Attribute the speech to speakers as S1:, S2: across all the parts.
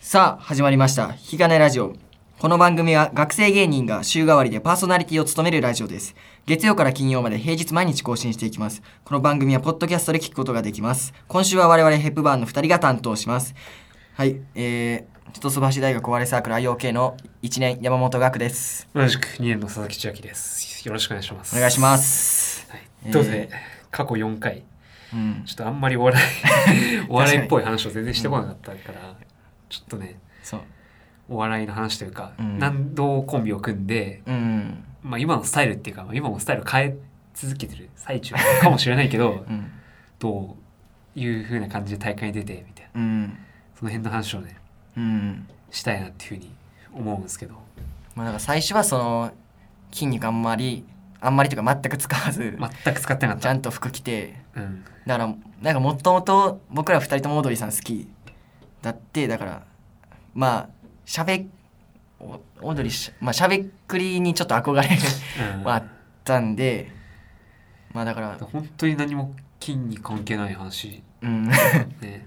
S1: さあ始まりました「ひがねラジオ」この番組は学生芸人が週替わりでパーソナリティを務めるラジオです月曜から金曜まで平日毎日更新していきますこの番組はポッドキャストで聞くことができます今週は我々ヘップバーンの2人が担当しますはいえー、千歳橋大学お笑いサークル IOK の1年山本学です
S2: 同じく2年の佐々木千秋です。よろしくお願いします。
S1: お願いしま。す
S2: はい、どう
S1: え
S2: せ、過去4回、
S1: うん
S2: ちょっとあんまりお笑 い、お笑いっぽい話を全然してこなかったから、ちょっとね、
S1: そう
S2: お笑いの話というか、
S1: うん
S2: 何度コンビを組んで、
S1: うん
S2: まあ今のスタイルっていうか、まあ今もスタイル変え続けてる最中かもしれないけど
S1: う、ん
S2: どういう風な感じで大会に出て、みたいな、
S1: うん
S2: その辺の話をね、
S1: うん
S2: したいなっていう風に思うんですけど、
S1: まあ、なんか最初はその筋肉あんまりあんまりというか全く使わず、
S2: 全く使ってなかっ
S1: ちゃんと服着て
S2: た。うん。
S1: だからなんかもともと僕ら二人ともオードリーさん好きだってだからまあしゃべおオードリーし,、まあ、しゃべっくりにちょっと憧れ
S2: うん
S1: はあったんでまあだから
S2: 本当に何も筋に関係ない話
S1: うん
S2: ね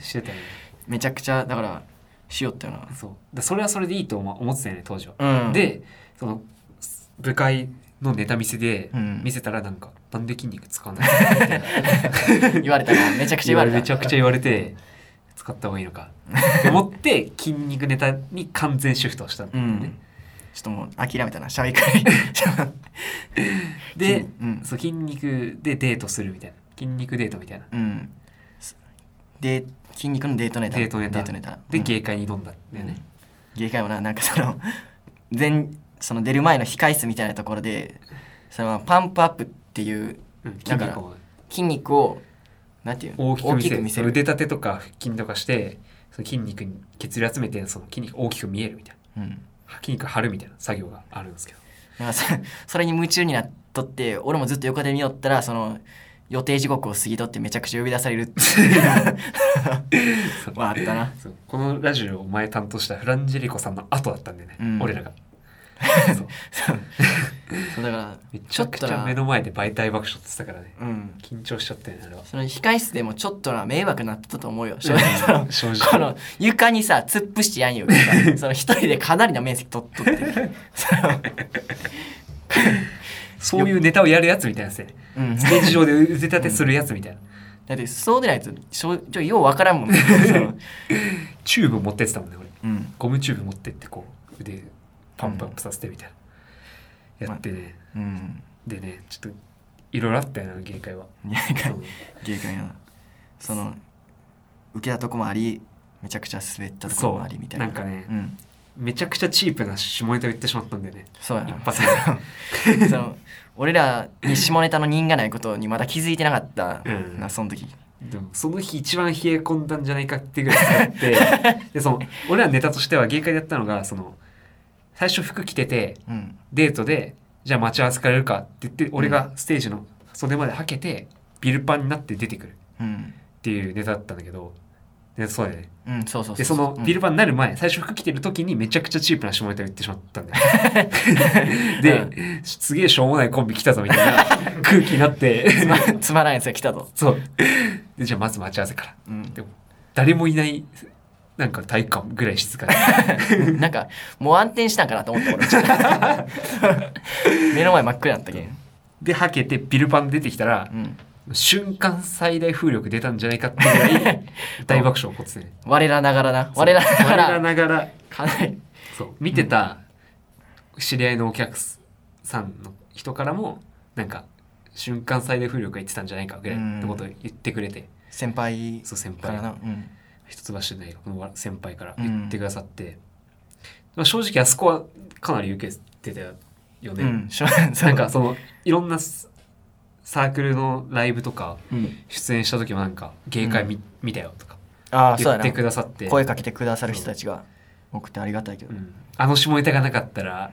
S2: してたよね
S1: めちゃくちゃだからしよったよな
S2: そうだそれはそれでいいと思思ってたよね当時は、
S1: うん
S2: でそのす部会のネタ見せで
S1: うん
S2: 見せたらなんか、なんで筋肉 使わないのみたいな
S1: 言われたなめちゃくちゃ言われた
S2: めちゃくちゃ言われて使った方がいいのかって思って筋肉ネタに完全シフトしたんだ
S1: う
S2: よ
S1: ん
S2: ね、
S1: ちょっともう諦めたなしゃべっくり
S2: で、
S1: うん
S2: そう筋肉でデートするみたいな筋肉デートみたいな
S1: うん。で、筋肉のデートネタ。
S2: デートネタ
S1: デートネタ。
S2: で、
S1: うん
S2: 芸会に挑んだんだよね、
S1: 芸会もな、なんかその、前、その出る前の控室みたいなところで、そのパンプアップっていう
S2: うん、筋
S1: だから
S2: 肉を
S1: 筋肉を、なんていうの
S2: 大きく見せる
S1: る。
S2: 腕立てとか腹筋とかしてその筋肉に血流集めてその筋肉大きく見えるみたい
S1: うん。
S2: な筋肉張るみたいな作業があるんですけど
S1: なんかそそれに夢中になっとって、俺もずっと横で見よったら、その、予定時刻を過ぎとってめちゃくちゃ呼び出されるっていうのはあったな。
S2: そうこのラジオを前担当したフランジェリコさんの後だったんでね、
S1: うん
S2: 俺ら がそう
S1: そうだから
S2: め、ち
S1: ちょ
S2: ゃ
S1: っ
S2: く
S1: と
S2: ちゃ
S1: な
S2: 目、の前で大体爆笑ってたからね
S1: うん。
S2: 緊張しちゃったよねあれは
S1: その控室でもちょっとな迷惑なってたと思うよ 正直その
S2: 正 直
S1: この床にさ突っ伏してや んよその一人でかなりの面積取っとってその
S2: そういうネタをやるやつみたいなやつね
S1: うん
S2: ステージ上で腕立てするやつみたいな、
S1: だってそうでないとしょちょようわからんもん ねその
S2: チューブ持ってってたもんね俺
S1: うん
S2: ゴムチューブ持ってってこう腕パンパンプさせてみたいな、
S1: うん
S2: やってね、
S1: うん
S2: でねちょっといろいろあったよな限 界は
S1: 芸
S2: そ
S1: 会
S2: う
S1: 芸会なその受けたとこもありめちゃくちゃ滑ったとこもありみたいな
S2: そうなんかね
S1: うん、
S2: めちゃくちゃチープな下ネタを言ってしまったんだよね
S1: そうや
S2: 一
S1: な
S2: 発 で
S1: その俺らに下ネタの人がないことにまだ気づいてなかった
S2: うん
S1: な、その時
S2: でもその日一番冷え込んだんじゃないかってぐらい使 ってでその俺らネタとしては限界でやったのがその最初服着てて
S1: うん
S2: デートでじゃあ待ち合わせからやるかって言って俺がステージの袖まではけてビルパンになって出てくるっ
S1: うん
S2: ていうネタだったんだけどでそうだよね
S1: うんそうそうそう
S2: でそのビル
S1: バ
S2: バンになる前、最初服着てる時にめちゃくちゃチープな下ネタを言ってしまったんだ よで、すげえしょうもないコンビ来たぞみた いな空気になって
S1: ンつまらんやつが来たと、
S2: そうでじゃあまず待ち合わせから
S1: うん、
S2: でも誰もいないなんか体育館ぐらい静か に
S1: なんかもう暗転したんかなと思った俺 目の前真っ暗やったけん、
S2: ではけてビルバン出てきたら
S1: う、ん、
S2: 瞬間最大風力出たんじゃないかってぐ らい大爆笑起こってね
S1: 我らながらな我らなが
S2: 我ら
S1: ら
S2: ながら
S1: かなり
S2: そう見てた知り合いのお客さんの人からもなんか瞬間最大風力が言ってたんじゃないかぐらいってことを言ってくれて、
S1: 先輩
S2: そう先
S1: から
S2: 輩
S1: な、うん
S2: 一橋大学の先輩から
S1: うん
S2: 言ってくださって、まあ、正直あそこはかなり受けてたよね、
S1: うん、しょそ
S2: な
S1: うん
S2: かそのいろんなササークルのライブとか
S1: うん、
S2: 出演した時もなんか芸会見,、見たよとか
S1: ああそうや
S2: 言ってく
S1: な
S2: ださって
S1: 声かけてくださる人たちが多くてありがたいけど、
S2: うんあの下ネタがなかったら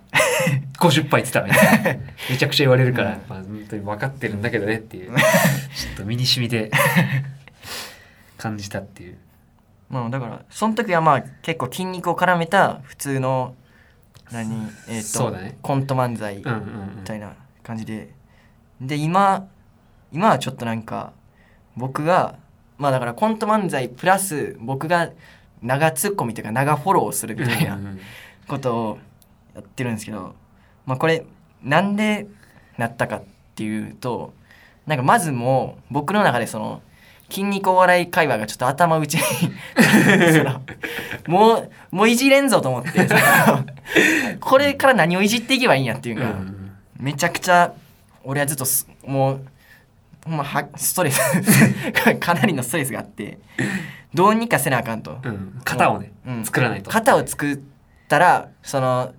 S2: 50杯言ってたみたいなめちゃくちゃ言われるから、まあ、本当に分かってるんだけどねっていうちょっと身に染みて感じたっていう
S1: まあだからその時はまあ結構筋肉を絡めた普通の何えっ、
S2: そう
S1: と、
S2: だね
S1: コント漫才、
S2: うんうん
S1: みたいな感じでで今今はちょっとなんか僕がまあだからコント漫才プラス僕が長ツッコミというか長フォローをするみたいな
S2: うんうん
S1: ことをやってるんですけど、まあ、これなんでなったかっていうとなんかまずもう僕の中でその筋肉お笑い会話がちょっと頭打ちに そのもうもういじれんぞと思ってそのこれから何をいじっていけばいいんやっていうの
S2: う
S1: が、
S2: ん
S1: めちゃくちゃ俺はずっとすもうほんまはストレスかなりのストレスがあってどうにかせなあかんと。
S2: うん型をね、
S1: うん
S2: 作らないと
S1: 型を作ったらその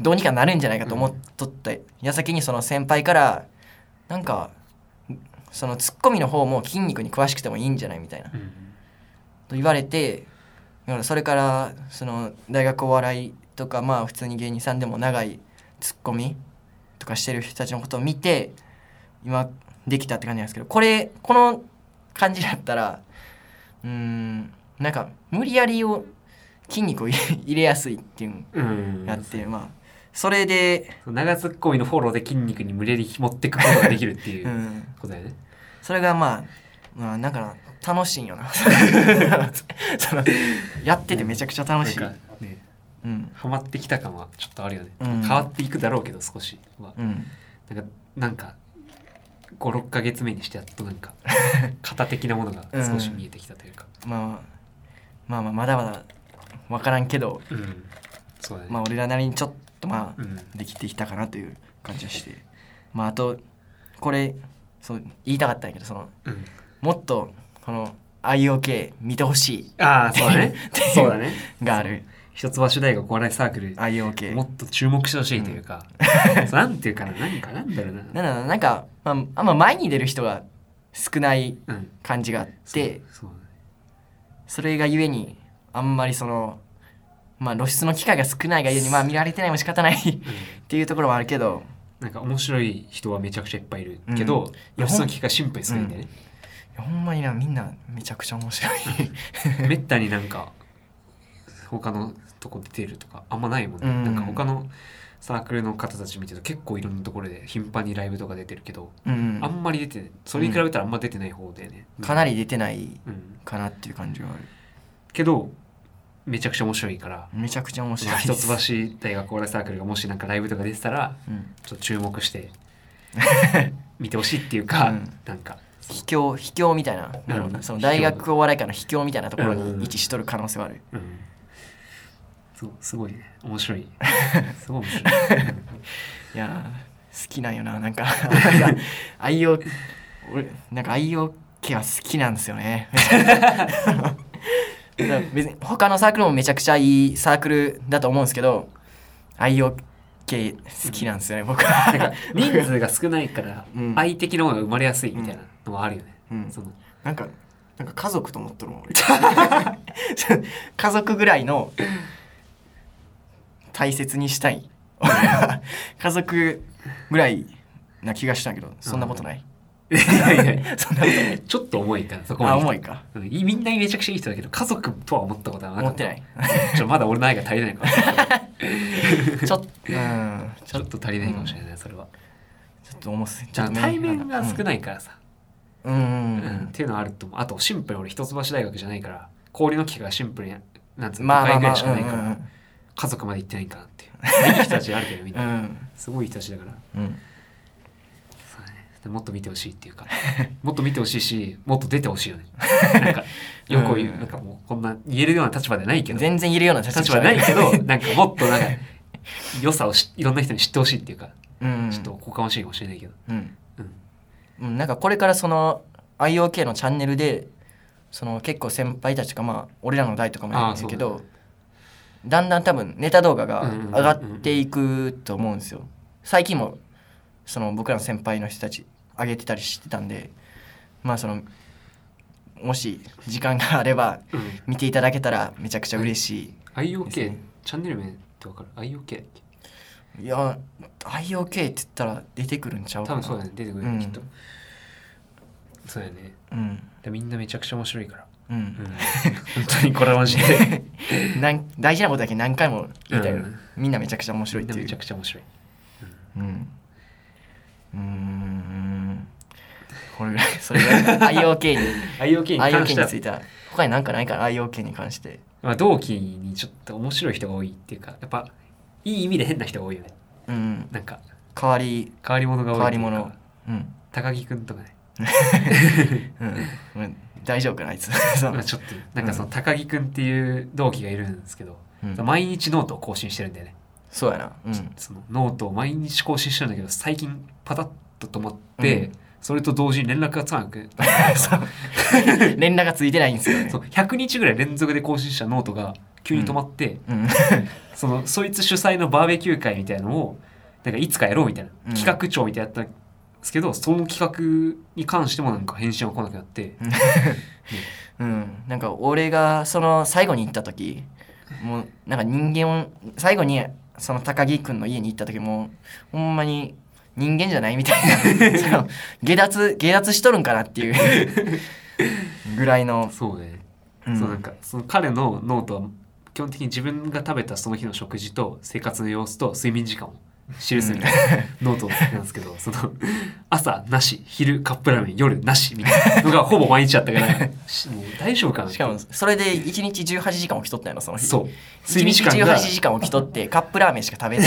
S1: どうにかなるんじゃないかと思っとった矢先にその先輩からなんかそのツッコミの方も筋肉に詳しくてもいいんじゃないみたいな
S2: うん
S1: と言われてだからそれからその大学お笑いとかまあ普通に芸人さんでも長いツッコミとかしてる人たちのことを見て今できたって感じなんですけどこれこの感じだったらうーんなんか無理やりを筋肉を 入れやすいっていうの
S2: うん
S1: があって、まあそれで、、
S2: 長ツッコミのフォローで筋肉に無理やり紐ってくことができるっていううんことだよね。
S1: それがまあ、まあ、なんかな楽しいんよな そのやっててめちゃくちゃ楽しい
S2: なん。かね、
S1: うん
S2: ハマってきた感はちょっとあるよね。
S1: うん
S2: 変わっていくだろうけど少しは。
S1: うん
S2: なんかなんか五六ヶ月目にしてやっと なんか型的なものが少し見えてきたというか。
S1: まあ、まあまあまだまだ分からんけど、
S2: うん、そうだね。
S1: まあ、俺らなりにちょっとま
S2: う
S1: あ
S2: ん、
S1: できてきたかなという感じがしてまああとこれそう言いたかったんやけどその
S2: うん、
S1: もっとこの IOK 見てほし
S2: ああそうだね
S1: ていう。
S2: そうだね。
S1: いがある
S2: 一橋大学お笑いサークル。
S1: IOK
S2: もっと注目してほしいというか、そうなんていうかな、何かなんだろう
S1: な
S2: な。
S1: んだろうなんか、まあ、あんま前に出る人が少ない
S2: うん、
S1: 感じがあって
S2: そうそうだね
S1: それがゆえにあんまりそのまあ露出の機会が少ないがゆえにまあ見られてないも仕方ないっ
S2: うん
S1: ていうところもあるけど
S2: なんか面白い人はめちゃくちゃいっぱいいるけど、
S1: うん
S2: 露出の機会シンプルすぎてね、
S1: いやほんまになみんなめちゃくちゃ面白い
S2: めったになんか他のとこ出てるとかあんまないもんね、
S1: うん
S2: なんか他のサークルの方たち見てると結構いろんなところで頻繁にライブとか出てるけど、
S1: うん
S2: あんまり出てないそれに比べたらあんま出てない方だよね、
S1: かなり出てない
S2: うん、
S1: かなっていう感じがある
S2: けどめちゃくちゃ面白いから
S1: めちゃくちゃ面
S2: そ
S1: 白
S2: の
S1: い
S2: 一
S1: です、
S2: 橋大学お笑いサークルがもしなんかライブとか出てたら
S1: うん、
S2: ちょっと注目して 見てほしいっていうか、
S1: うん
S2: なんか
S1: 秘境秘境みたいななるほどその大学お笑い界の秘境みたいなところに位置しとる可能性はある、
S2: うんそうすごいね面 白いすごい面白い、
S1: いやー好きなんよななん かなんか愛用俺なんか愛用系は好きなんですよ ねだから別に他のサークルもめちゃくちゃいいサークルだと思うんですけど愛用系好きなんですよね、僕は
S2: なんか人数が少ないから
S1: うん
S2: 愛的なものが生まれやすいみたいなのはあるよね、
S1: うん
S2: その
S1: なんか、なんか家族と思っとる もん、俺家族ぐらいの大切にしたい。俺は家族ぐらいな気がしたけど、そんなことない。
S2: いやいやいや
S1: そんなことない。
S2: ちょっと重いからそこま
S1: あ、
S2: で
S1: 重いか。
S2: うんいみんなめちゃくちゃいい人だけど家族とは思ったことはなか
S1: 思
S2: っ
S1: ったてない。
S2: ちょまだ俺の愛が足りないかもしれな い
S1: ちょっと、うん、ち
S2: ちょっと足りないかもしれない、それは
S1: ょっと重すぎ
S2: じゃあ対面が少
S1: い。
S2: ないからさ、
S1: うん、うん
S2: うんっていうのはあると思うあとシンプルに俺一橋大学じゃないから交流の機会がシンプルになんつうの
S1: まあま
S2: 5
S1: あ
S2: 回
S1: ま
S2: ぐら
S1: あ
S2: いしかないから、家族まで行ってないんか なっていういい人たちあるけどみん
S1: う
S2: な、
S1: んうん
S2: すごい人たちだから
S1: うんうん
S2: そうだねでもっと見てほしいっていうか もっと見てほしいしもっと出てほしいよねなん かよく言う、
S1: うん
S2: なんかもうこんな言えるような立場でないけど
S1: 全然いるような立
S2: 立場でないけどなんかもっとなんか良さをしいろんな人に知ってほしいっていうか、
S1: うん
S2: ちょっとおこがましいかもしれないけど、
S1: うん
S2: うん、
S1: うん、なんかこれからその IOK のチャンネルでその結構先輩たちとかまあ俺らの代とかもやってるけ
S2: あ
S1: どだんだん多分ネタ動画が
S2: うんうんうんうん
S1: 上がっていくと思うんですよ最近もその僕らの先輩の人たち上げてたりしてたんでまあそのもし時間があれば
S2: うん、
S1: 見ていただけたらめちゃくちゃ嬉し
S2: IOK
S1: ですね
S2: チャンネル名ってわかる ?IOK
S1: いいや IOK って言ったら出てくるんちゃうか
S2: 多
S1: な
S2: 分そうだね出てくるよ、
S1: うん
S2: きっとそうだよね
S1: うん
S2: でみんなめちゃくちゃ面白いから、
S1: うん
S2: うん、本当にこれはマジで
S1: なん大事なことだけ何回も言いたい、
S2: うん
S1: みんなめちゃくちゃ面白い
S2: み
S1: っ
S2: んな
S1: てい
S2: め
S1: う
S2: ちゃくちゃ面白い
S1: うんうーんこれぐらいそれぐらい IOK に
S2: IOK に
S1: IOK
S2: 関して
S1: に
S2: は
S1: ついては他に何かないかな IOK に関して
S2: まあ、同期にちょっと面白い人が多いっていうかやっぱいい意味で変な人が多いよね
S1: うん
S2: なんか
S1: 変わり
S2: 変わり者が多いっていうか
S1: 変わり者うん、
S2: 高木君とかね
S1: うんうん、大丈夫かなあいつ そう
S2: まあちょっとなんかその高木君っていう同期がいるんですけど、
S1: うん
S2: 毎日ノートを更新してるんだよね、
S1: そうやなうん
S2: そのノートを毎日更新してるんだけど最近パタッと止まって、
S1: うん
S2: それと同時に連絡がつかなくなっ た
S1: そ
S2: か
S1: う連絡がついてないんですよ
S2: ら
S1: ね
S2: そう100日ぐらい連続で更新したノートが急に止まって、
S1: うん
S2: そのそいつ主催のバーベキュー会みたいのをなんかいつかやろうみたいな、
S1: うん
S2: 企画長みたいなやったんですけどその企画に関してもなんか返信が来なくなって、
S1: うん、なんか俺がその最後に行った時もうなんか人間を最後にその高木君の家に行った時もほんまに人間じゃないみたいな その下脱下脱しとるんかなっていう ぐらいの、
S2: そうね、
S1: うん
S2: そうなんかその彼のノートは基本的に自分が食べたその日の食事と生活の様子と睡眠時間を記すみたいなノートなんですけど、 その朝なし昼カップラーメン夜なしみたいなのがほぼ毎日あった からしもう大丈夫かな
S1: しかもそれで1日18時間起きとったんやろその日
S2: そう
S1: 1日18時間起きとってカップラーメンしか食べ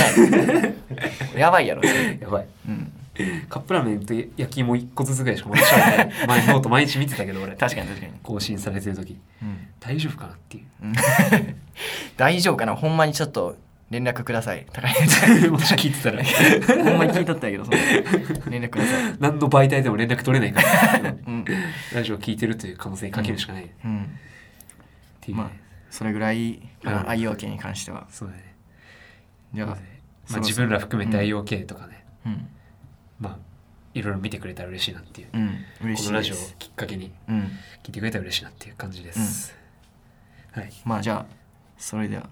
S1: ない やばいやろそれ
S2: やばい
S1: うん、
S2: カップラーメンと焼き芋1個ずつぐらいしかもらってない前ノート毎日見てたけど俺
S1: 確かに確かに、
S2: 更新されてる時大丈夫かなってい
S1: 大丈夫かなほんまにちょっと連絡ください高木
S2: う もし聞いてたら
S1: ほんまに聞いとったんやけ ど、その連絡ください。
S2: 何の媒体でも連絡取れないから
S1: うん。
S2: ラジオ聞いてるという可能性にかけるしかないっ
S1: うん。
S2: ていう、
S1: まあ、それぐらい、この IoK に関しては。
S2: そうだね
S1: じゃあ、
S2: まあ、自分ら含めて
S1: うん
S2: IOK とかね、
S1: うん。
S2: まあいろいろ見てくれたら嬉しいなっていう
S1: うん。嬉
S2: こ
S1: しい
S2: のラ
S1: で
S2: ジオを
S1: す。
S2: きっかけに
S1: うん。
S2: 聞いてくれたら嬉しいなっていう感じです、はい
S1: まあ、じゃあ、それでは、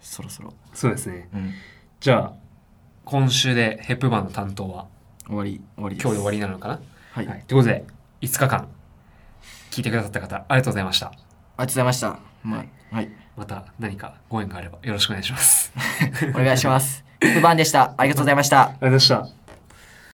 S1: そろそろ。
S2: そうですね
S1: うん。
S2: じゃあ今週でヘップバーンの担当は
S1: 終わり、終わりです。
S2: 今日で終わりなのかな
S1: はい。あ
S2: は
S1: り
S2: い
S1: が、
S2: ということで5日間聞いてくださった方ありがとうございました
S1: とうございました。まあ、はい。
S2: また何かご縁があればよろしくお願いしますありが
S1: お願いします。不番でした。ありがとうございました。
S2: とうございました